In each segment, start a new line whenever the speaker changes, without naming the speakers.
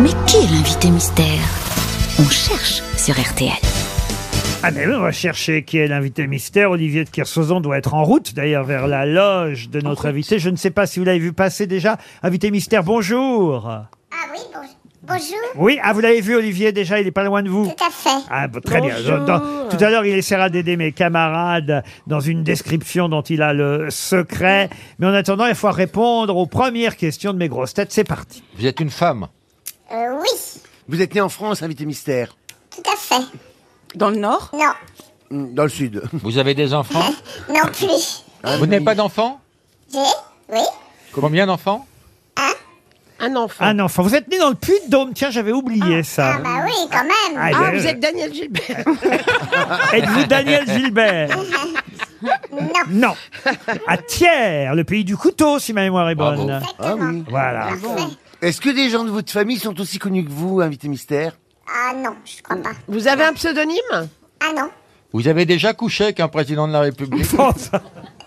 Mais qui est l'invité mystère On cherche sur RTL.
Ah mais oui, on va chercher qui est l'invité mystère. Olivier de Kersauzon doit être en route d'ailleurs vers la loge de notre invité. Je ne sais pas si vous l'avez vu passer déjà. Invité mystère, bonjour.
Ah oui, bonjour. Bonjour,
Oui, ah vous l'avez vu Olivier déjà, il est pas loin de vous.
tout à fait.
Ah bon, très bien. Je- dans- tout à l'heure, il essaiera d'aider mes camarades dans une description dont il a le secret. Mais en attendant, il faut répondre aux premières questions de mes grosses têtes. C'est parti.
Vous êtes une femme.
Euh, oui,
Vous êtes né en France, invité mystère
tout à fait.
Dans le Nord
Non,
Hmm, Dans le sud. Ah
Vous avez des enfants.
non plus.
Vous n'avez pas d'enfants
J'ai, oui, Hein?
Combien d'enfants
Un enfant.
Un enfant. Vous êtes né dans le Puy-de-Dôme. Tiens, j'avais oublié ça.
ah bah oui, quand même.
Ah,
Ah,
ben,
vous êtes Daniel Gilbert.
Êtes-vous Daniel Gilbert
Non,
Non. À Thiers, le pays du couteau, si ma mémoire est bonne.
Bravo.
Ah oui.
Voilà.
parfait.
Est-ce que des gens de votre famille sont aussi connus que vous, invité mystère
Ah non, je crois pas.
Vous avez un pseudonyme
Ah non,
Vous avez déjà couché avec un président de la République
Bon, ça-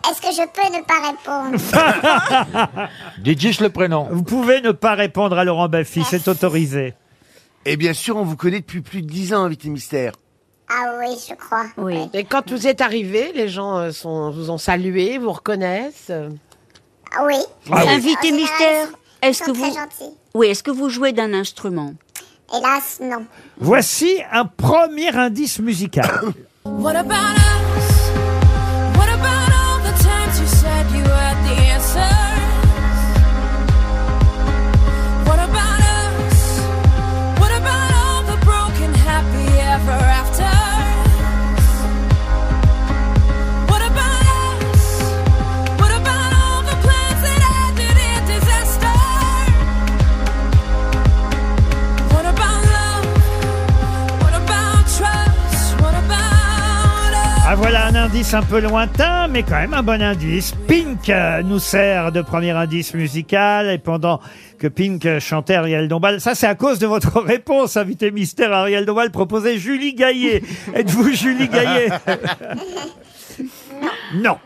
est-ce que je peux ne pas répondre
Dites juste le prénom.
Vous pouvez ne pas répondre à Laurent Baffy, c'est autorisé.
Et Eh bien sûr, on vous connaît depuis plus de 10 ans, invité mystère.
Ah oui, je crois.
Oui.
Et quand vous êtes arrivé, les gens euh, sont, vous ont salué, vous reconnaissent. euh.
Ah oui.
Ah oui.
En
Invité
général,
mystère,
ils sont-
est-ce
ils sont
que
très
vous
gentils.
Oui, est-ce que vous jouez d'un instrument
Hélas, non.
Voici un premier indice musical.
What about us? What about all the times you said you had the answers? What about us? What about all the broken happy ever after? What about us? What about all the plans that ended in disaster? What about love? What about trust? What about us?
Ah voilà un indice un peu lointain, mais quand même un bon indice. Pink euh, nous sert de premier indice musical, et pendant que Pink euh, chantait Ariel Dombal, ça c'est à cause de votre réponse, invité mystère Ariel Dombal proposait Julie Gaillet. Êtes-vous Julie Gaillet Non.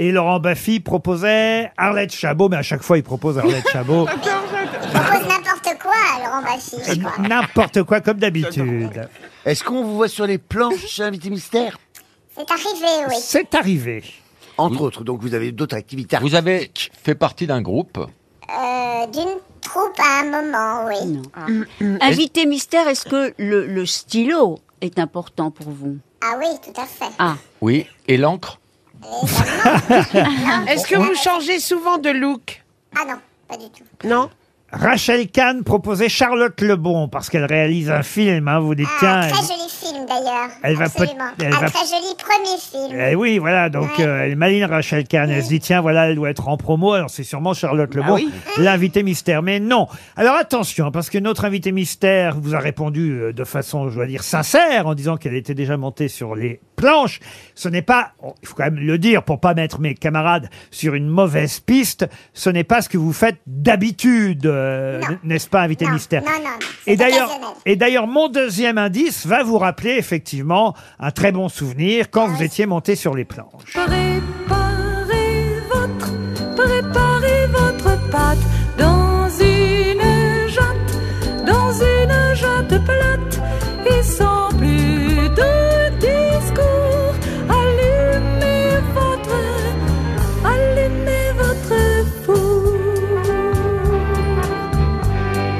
Et Laurent Baffy proposait Arlette Chabot, mais à chaque fois il propose Arlette Chabot.
Je propose n'importe quoi à Laurent Baffy, je crois.
N'importe quoi comme d'habitude.
Est-ce qu'on vous voit sur les planches, invité mystère
C'est arrivé, oui.
C'est arrivé.
Entre autres, donc vous avez d'autres activités.
Vous avez fait partie d'un groupe.
Euh, D'une troupe à un moment, oui.
Mm,
Invité mystère, est-ce que le, le stylo est important pour vous
Ah oui, tout à fait.
Ah,
Oui. Et l'encre
Est-ce que vous changez souvent de look
Ah non, pas du tout.
Non
Rachel Kahn proposait Charlotte Lebon parce qu'elle réalise un film. hein, vous dites, tiens.
Ah, très
Elle...
joli film d'ailleurs.
Elle va
Absolument.
peut- elle
un
va-
très joli premier film.
Eh oui, voilà, donc
Ouais.
euh, elle maligne Rachel Kahn. Elle se dit, tiens, voilà, elle doit être en promo. Alors c'est sûrement Charlotte Lebon, l'invité mystère. Mais non. Alors attention, hein, parce que notre invité mystère vous a répondu euh, de façon, je dois dire, sincère, en disant qu'elle était déjà montée sur les planches. Ce n'est pas, oh, il faut quand même le dire pour pas mettre mes camarades sur une mauvaise piste, ce n'est pas ce que vous faites d'habitude, euh,
Non.
n'est-ce pas, invité
non,
mystère
Non, non, non.
Et
C'est
d'ailleurs,
occasionnel.
et d'ailleurs, mon deuxième indice va vous rappeler effectivement un très bon souvenir quand vous étiez monté sur les planches.
Préparez votre, préparez votre pâte dans une jatte, dans une jatte plate et sans plus de discours. Allumez votre, allumez votre four.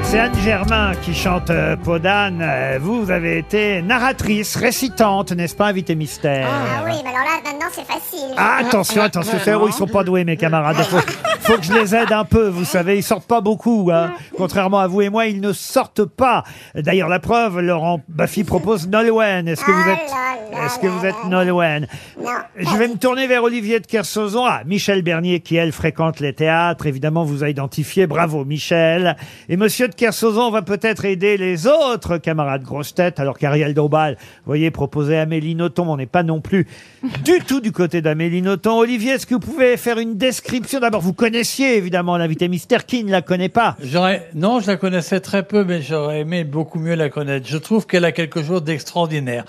C'est Anne Germain qui chante euh, Peau d'âne. Euh, Vous, vous avez été narratrice, récitante, n'est-ce pas, invité mystère
Ah oui, mais alors là, maintenant, c'est facile.
Ah, attention, attention, c'est où ils sont pas doués, mes camarades. Faut, faut que je les aide un peu, vous savez, ils sortent pas beaucoup. hein. Contrairement à vous et moi, ils ne sortent pas. D'ailleurs, la preuve, Laurent Baffy propose Nolwenn. Est-ce que vous
Ah
êtes,
là là
est-ce que
là
vous
là
êtes
là.
Nolwenn
Non.
Je vais me tourner vers Olivier de Kersauzon. Ah, Michel Bernier, qui elle fréquente les théâtres, évidemment vous a identifié. Bravo Michel. Et Monsieur de Kersauzon va peut-être aider les autres camarades grosses têtes, alors qu'Ariel Dombal, vous voyez, proposait Amélie Nothomb. On n'est pas non plus du tout du côté d'Amélie Nothomb. Olivier, est-ce que vous pouvez faire une description D'abord, vous connaissez connaissiez évidemment l'invité mystère. Qui ne la connaît pas
J'aurais, non, je la connaissais très peu, mais j'aurais aimé beaucoup mieux la connaître. Je trouve qu'elle a quelque chose d'extraordinaire.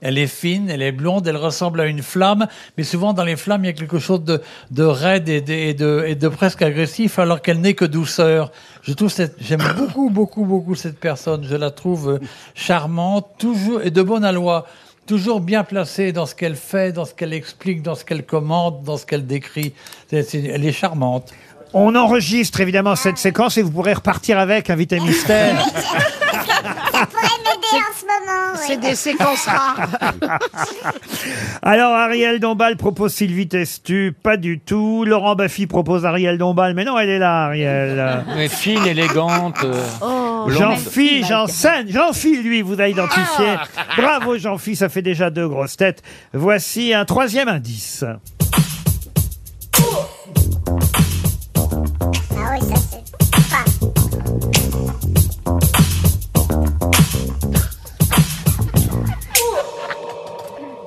Elle est fine, elle est blonde, elle ressemble à une flamme, mais souvent dans les flammes, il y a quelque chose de, de raide et de, et de, et de presque agressif, alors qu'elle n'est que douceur. Je trouve cette, j'aime beaucoup, beaucoup, beaucoup cette personne. Je la trouve euh, charmante, toujours, et de bonne aloi. Toujours bien placée dans ce qu'elle fait, dans ce qu'elle explique, dans ce qu'elle commande, dans ce qu'elle décrit. C'est- c'est- elle est charmante.
On enregistre évidemment cette séquence et vous pourrez repartir avec invité mystère.
pourrait m'aider en ce moment,
C'est
oui.
des séquences rares.
Alors Ariel Dombal propose Sylvie Testu, pas du tout. Laurent Baffy propose Ariel Dombal, mais non, elle est là, Ariel.
Mais fine, élégante. euh,
Oh, jean
blonde.
phi Janssen. jean phi lui, vous a identifié. Bravo, jean phi ça fait déjà deux grosses têtes. Voici un troisième indice.
Ah oui, ça c'est pas.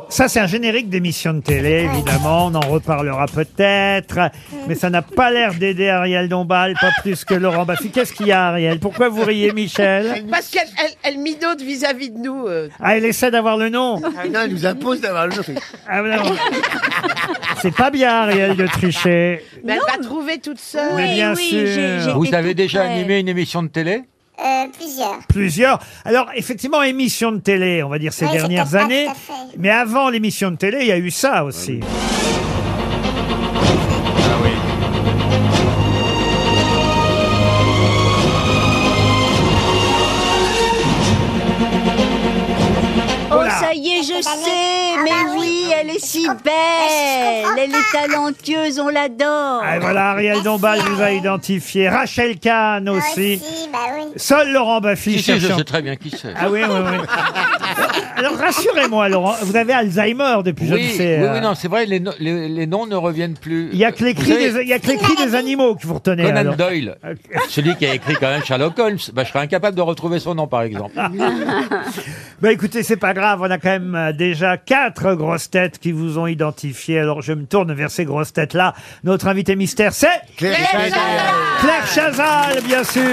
Ça, c'est un générique d'émission de télé, évidemment. On en reparlera peut-être. Mais ça n'a pas l'air d'aider Ariel Dombal, pas plus que Laurent Baffy. Qu'est-ce qu'il y a, Ariel Pourquoi vous riez, Michel
Parce qu'elle elle, elle minaude vis-à-vis de nous. euh.
Ah, elle essaie d'avoir le nom.
Ah non, il nous impose d'avoir le jeu.
Ah, non. C'est pas bien, Ariel, de tricher.
Mais elle va trouver toute seule.
Mais bien
oui,
sûr.
j'ai- j'ai
Vous
été
avez
toute
déjà
prête.
animé une émission de télé
Euh, plusieurs.
Plusieurs. Alors, effectivement, émission de télé, on va dire ces
Ouais, c'est
dernières
peut-être pas
années.
tout à fait.
Mais avant l'émission de télé, il y a eu ça aussi.
Ah
Oh,
Voilà.
ça y est, je
Ah
sais,
bah
mais
oui.
oui, elle est si
comprends- mais je
belle,
comprends
elle est talentueuse, on l'adore.
Ah, et voilà, Ariel
Merci,
Dombal vous a
Ariel.
identifié. Rachel Kahn
Moi
aussi.
aussi, bah oui.
Seul Laurent Baffy
Si, si, je
cherche un
sais très bien qui c'est.
Ah oui, oui, oui. Alors rassurez-moi, Laurent, vous avez Alzheimer depuis je ne
Oui,
sais.
oui,
euh,
oui, non, c'est vrai, les, no- les- les noms ne reviennent plus.
Il y a que les
Vous
cris,
savez,
des, il y a que les cris des animaux que vous retenez.
Conan
alors.
Doyle, celui qui a écrit quand même Sherlock Holmes, bah, je serais incapable de retrouver son nom, par exemple.
Ah, Bah écoutez, c'est pas grave, on a quand même euh, déjà quatre grosses têtes qui vous ont identifié. Alors je me tourne vers ces grosses têtes là. Notre invité mystère, c'est Claire Chazal, bien sûr.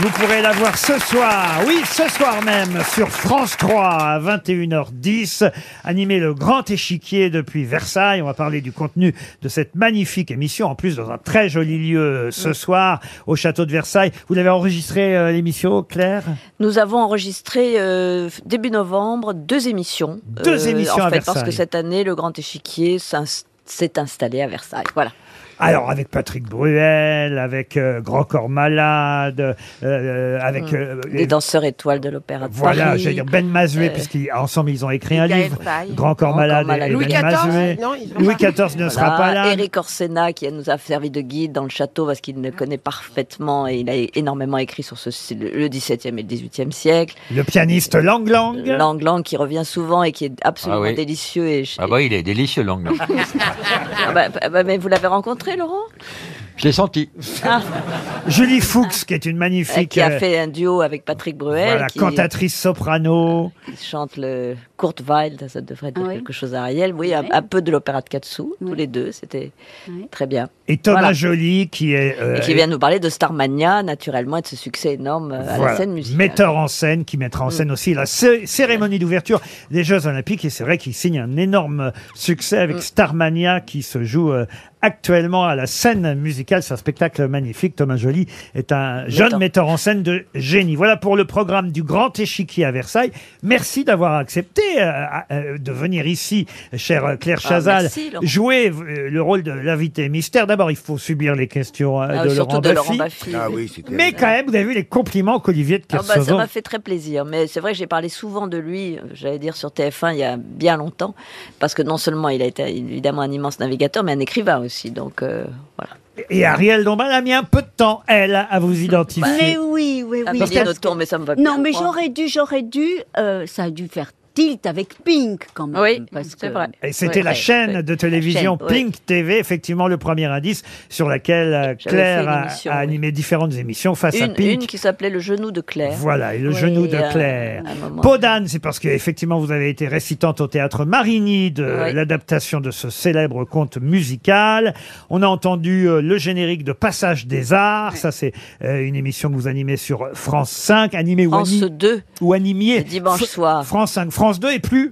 Vous pourrez la voir ce soir, oui, ce soir même, sur France 3 à 21h10, animer le grand échiquier depuis Versailles. On va parler du contenu de cette magnifique émission, en plus dans un très joli lieu euh, ce soir, au château de Versailles. Vous l'avez enregistré euh, l'émission, Claire
Nous avons enregistré euh, début novembre deux émissions. euh,
Deux émissions
en
à
fait,
Versailles.
Parce que cette année, le Grand Échiquier s'ins- s'est installé à Versailles. Voilà.
Alors avec Patrick Bruel, avec euh, Grand Corps Malade, euh, avec... euh,
Mmh. Les danseurs étoiles de l'Opéra de
Voilà,
Paris.
j'allais dire Ben Mazué,
Euh,
puisqu'ensemble ils ont écrit un
Gaël
livre.
Faye.
Grand corps
Grand
malade,
corps malade
et
Louis
Ben
XIV,
Mazué.
non, ils sont
Louis
pas-
XIV ne sera
Voilà,
pas là.
Eric Orsena qui nous a servi de guide dans le château parce qu'il le connaît parfaitement et il a énormément écrit sur ce, le XVIIe et le XVIIIe siècle.
Le pianiste Lang Lang.
Lang Lang qui revient souvent et qui est absolument
Ah oui.
délicieux. Et,
Ah bah, il est délicieux, l'anglais.
Ah bah, bah, bah, mais vous l'avez rencontré, Laurent
Je l'ai senti.
Julie Fuchs, qui est une
Euh,
magnifique
Qui a
euh,
fait un duo avec Patrick Bruel.
voilà,
qui,
cantatrice soprano.
qui chante le Kurzweil, ça devrait dire
Ah oui.
quelque chose à Ariel. Oui, un,
Oui.
un peu de l'opéra de Katsu, tous
Oui.
les deux, c'était
Oui.
très bien.
Et Thomas
Voilà.
Joly, qui est... euh,
Et qui vient nous parler de Starmania, naturellement, et de ce succès énorme euh, à
voilà,
la scène musicale.
metteur en scène qui mettra
Mm.
en scène aussi la cé- cérémonie d'ouverture des Jeux Olympiques et c'est vrai qu'il signe un énorme succès
Mm.
avec Starmania qui se joue euh, actuellement à la scène musicale. C'est un spectacle magnifique. Thomas Joly est un jeune
Metteur.
metteur en scène de génie. Voilà pour le programme du Grand Échiquier à Versailles. Merci d'avoir accepté euh, à- euh, de venir ici, chère euh, Claire
Ah,
Chazal,
merci, Laurent.
jouer euh, le rôle de l'invité mystère. D'abord, il faut subir les questions euh,
Ah,
de,
surtout
Laurent
de Laurent
Baffy.
Baffy.
Ah oui, c'était.
Mais quand même, vous avez vu les compliments qu'Olivier de
Ah bah, ça
Kersauzon.
m'a fait très plaisir, mais c'est vrai que j'ai parlé souvent de lui, euh, j'allais dire sur TF1 il y a bien longtemps, parce que non seulement il a été évidemment un immense navigateur, mais un écrivain aussi, donc euh, voilà.
Et Ariel Dombal a mis un peu de temps, elle, à
Bah,
vous identifier.
Mais oui, oui,
Ah,
oui.
Pilier
parce-
d'automne, mais ça me va bien,
Non, mais
je crois.
j'aurais dû, j'aurais dû, euh, ça a dû faire tilt avec Pink quand même.
Oui,
parce
c'est
que-
vrai.
Et c'était
Ouais,
la
ouais,
chaîne
ouais.
de télévision
La chaîne, ouais.
Pink TV, effectivement le premier indice sur laquelle euh,
J'avais fait
Claire
une
a,
émission,
a
oui.
animé différentes émissions face à
Une, une
Pink.
qui s'appelait Le genou de Claire.
Voilà, et le
Oui,
genou de
euh,
Claire.
à un moment.
Podane, c'est parce que effectivement vous avez été récitante au théâtre Marigny de
Oui.
l'adaptation de ce célèbre conte musical. On a entendu euh, le générique de Passage des Arts, ça c'est euh, une émission que vous animez sur France 5, animée ou,
France
ani-
2,
ou animée.
le dimanche
Fr-
soir.
France 5, France 2 et plus.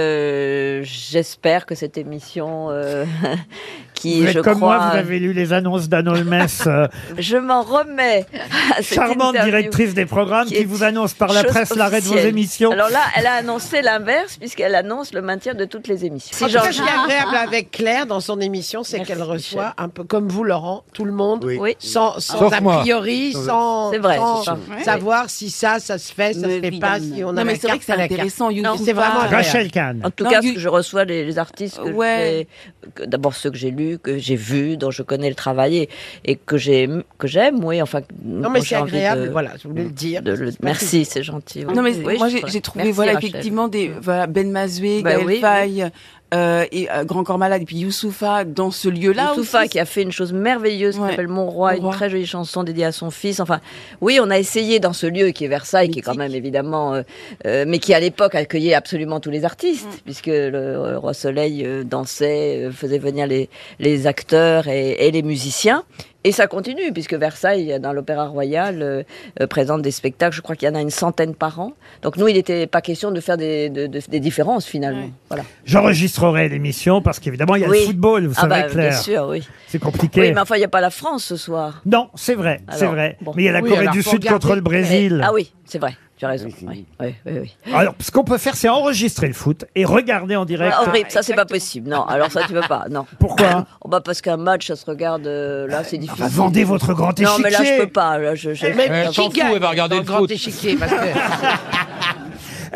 Euh, J'espère que cette émission, euh, qui,
Vous êtes
je
comme
crois,
moi, vous avez lu les annonces d'Anne Holmes, euh,
je m'en remets. à cette
charmante
interview.
directrice des programmes,
qui
qui
est
vous annonce par la
Chose
presse l'arrêt de vos
officielle.
émissions.
Alors là, elle a annoncé l'inverse, puisqu'elle annonce le maintien de toutes les émissions.
En tout
Genre-
cas, ce qui est agréable avec Claire dans son émission, c'est
Merci,
qu'elle reçoit,
Michel.
un peu comme vous, Laurent, tout le monde,
Oui.
Oui.
sans, sans
Sauf
a
moi.
priori, sans,
C'est vrai,
sans
c'est ça.
savoir si ça, ça se fait, ça
Mais
se fait pas,
évidemment.
si on a
Non,
la
mais c'est vrai
carte,
que c'est
pas la carte.
intéressant. You
Non,
do
c'est
pas.
vraiment agréable.
Rachel Kahn.
En tout
Non,
cas,
you-
je reçois les, les artistes que
Ouais.
je vais- que- d'abord ceux que j'ai lus, que j'ai vus, dont je connais le travail et, et que j'aime, que j'aime, oui, enfin.
Non, mais c'est agréable, voilà, je voulais le dire.
merci, c'est gentil. oui.
Non mais
Oui,
moi
je-
j'ai j'ai trouvé
Merci,
voilà
Rachel. Mm.
effectivement des voilà Ben Mazoué,
Bah
Gaël
oui, oui.
Faye euh, et euh, Grand Corps Malade et puis Youssoufa dans ce lieu-là
Youssoufa
aussi.
qui a fait une chose merveilleuse
Ouais.
qui s'appelle Mon Roi,
Mon
une
Roi.
très jolie chanson dédiée à son fils. Enfin, oui, on a essayé dans ce lieu qui est Versailles, qui est quand même évidemment, euh, euh, mais qui à l'époque accueillait absolument tous les artistes,
Mm.
puisque le euh, Roi Soleil euh, dansait, euh, faisait venir les, les acteurs et, et les musiciens. Et ça continue, puisque Versailles, dans l'Opéra Royal, euh, euh, présente des spectacles. Je crois qu'il y en a une centaine par an. Donc nous, il n'était pas question de faire des, de- de- des différences, finalement.
Ouais.
Voilà.
J'enregistrerai l'émission parce qu'évidemment, il y a
Oui.
le football, vous
ah
savez,
bah, bien
Claire.
sûr, oui.
C'est compliqué.
Oui, mais enfin, il n'y a pas la France ce soir.
Non, c'est vrai, c'est
Alors,
vrai.
bon.
Mais il y a la
Oui,
Corée
alors,
du
faut
Sud
regarder.
contre le Brésil.
Eh, Ah oui, c'est vrai. Tu as raison.
Oui, c'est
Oui, oui, oui, oui.
Alors, ce qu'on peut faire, c'est enregistrer le foot et regarder en direct.
Ah, horrible, ça c'est pas possible. Non, alors ça tu peux pas. Non.
Pourquoi
Oh, bah parce qu'un match, ça se regarde. euh, là, c'est difficile.
Enfin, Ah, bah, vendez votre grand échiquier.
Non, mais là je peux pas. Là, je, je-
Mais
Ouais,
qui
s'en fout,
gagne
elle va regarder
dans
le
grand
foot.
échiquier parce que...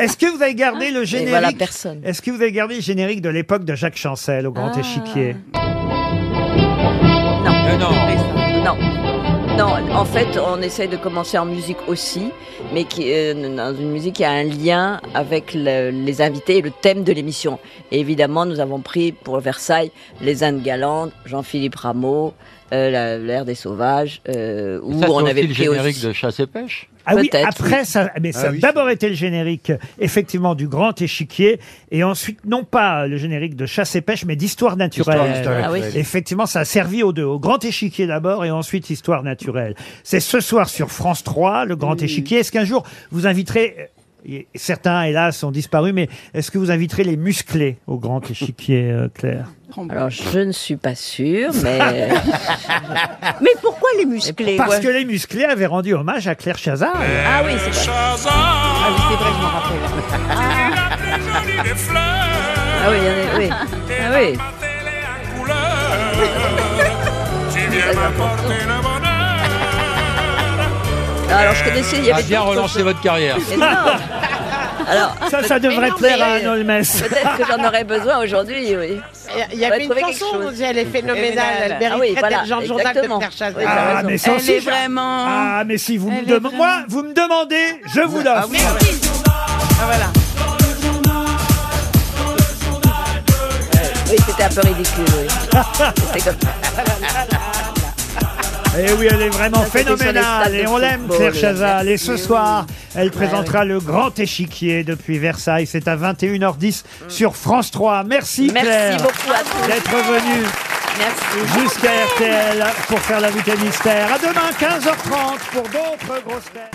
Est-ce que vous avez gardé le générique
Hein voilà, personne.
Est-ce que vous avez gardé le générique de l'époque de Jacques Chancel au grand
Ah.
échiquier
Non,
Mais non.
non. Non, en fait, on essaye de commencer en musique aussi, mais qui, euh, dans une musique qui a un lien avec le- les invités et le thème de l'émission. Et évidemment, nous avons pris pour Versailles les Indes galantes, Jean-Philippe Rameau, euh, la- l'ère des sauvages, euh, où
Ça, c'est
on
aussi
avait
le
pris
générique
aussi.
de Chasse et Pêche.
Ah oui,
Peut-être,
après, ça, mais ça a
Ah oui,
d'abord été le générique, effectivement, du grand échiquier, et ensuite, non pas le générique de chasse et pêche, mais d'histoire naturelle.
Histoire naturelle.
Ah oui.
Effectivement, ça a servi aux deux, au grand échiquier d'abord, et ensuite histoire naturelle. C'est ce soir sur France 3, le grand échiquier. Est-ce qu'un jour, vous inviterez, et certains, hélas, ont disparu, mais est-ce que vous inviterez les musclés au grand échiquier, euh, Claire
Alors, je ne suis pas sûre, mais. euh,
Mais pourquoi les musclés
Parce que les musclés avaient rendu hommage à Claire Chazard.
ah oui, c'est vrai.
Ah oui, c'est vrai, je m'en rappelle.
Ah oui, il y en a- oui. Ah oui. Ah, Alors, je connaissais, il y
Ça a
avait
Ah, bien
d'autres
relancé
choses.
votre carrière.
Mais non. Alors,
Ça, ça devrait
non,
plaire à
mais-
un Holmès.
peut-être que j'en aurais besoin aujourd'hui, oui.
Il y
On va
avait une
trouver quelque
chanson,
chose.
on disait, elle est phénoménale, elle
Ah
mériterait
oui, voilà,
d'être dans le journal de
exactement.
Pierre Chazelle.
Oui, t'as
Ah,
raison.
mais sans
Elle est
souci.
vraiment
Ah, mais si vous me
Elle est vraiment-
demandez, moi, vous me demandez, je vous l'offre.
Ah, voilà.
Oui, c'était un peu ridicule, oui. C'était comme
Et Eh oui, elle est vraiment
Ça, c'était sur les
phénoménale.
stades de
Et on l'aime,
football,
Claire
oui.
Chazal. Et ce
Merci,
soir, elle présentera le grand échiquier depuis Versailles. C'est à 21h10 sur France 3. Merci, Claire.
Merci beaucoup à tous.
D'être venue
Merci.
jusqu'à RTL pour faire la vue mystère. À demain, 15h30 pour d'autres grosses têtes.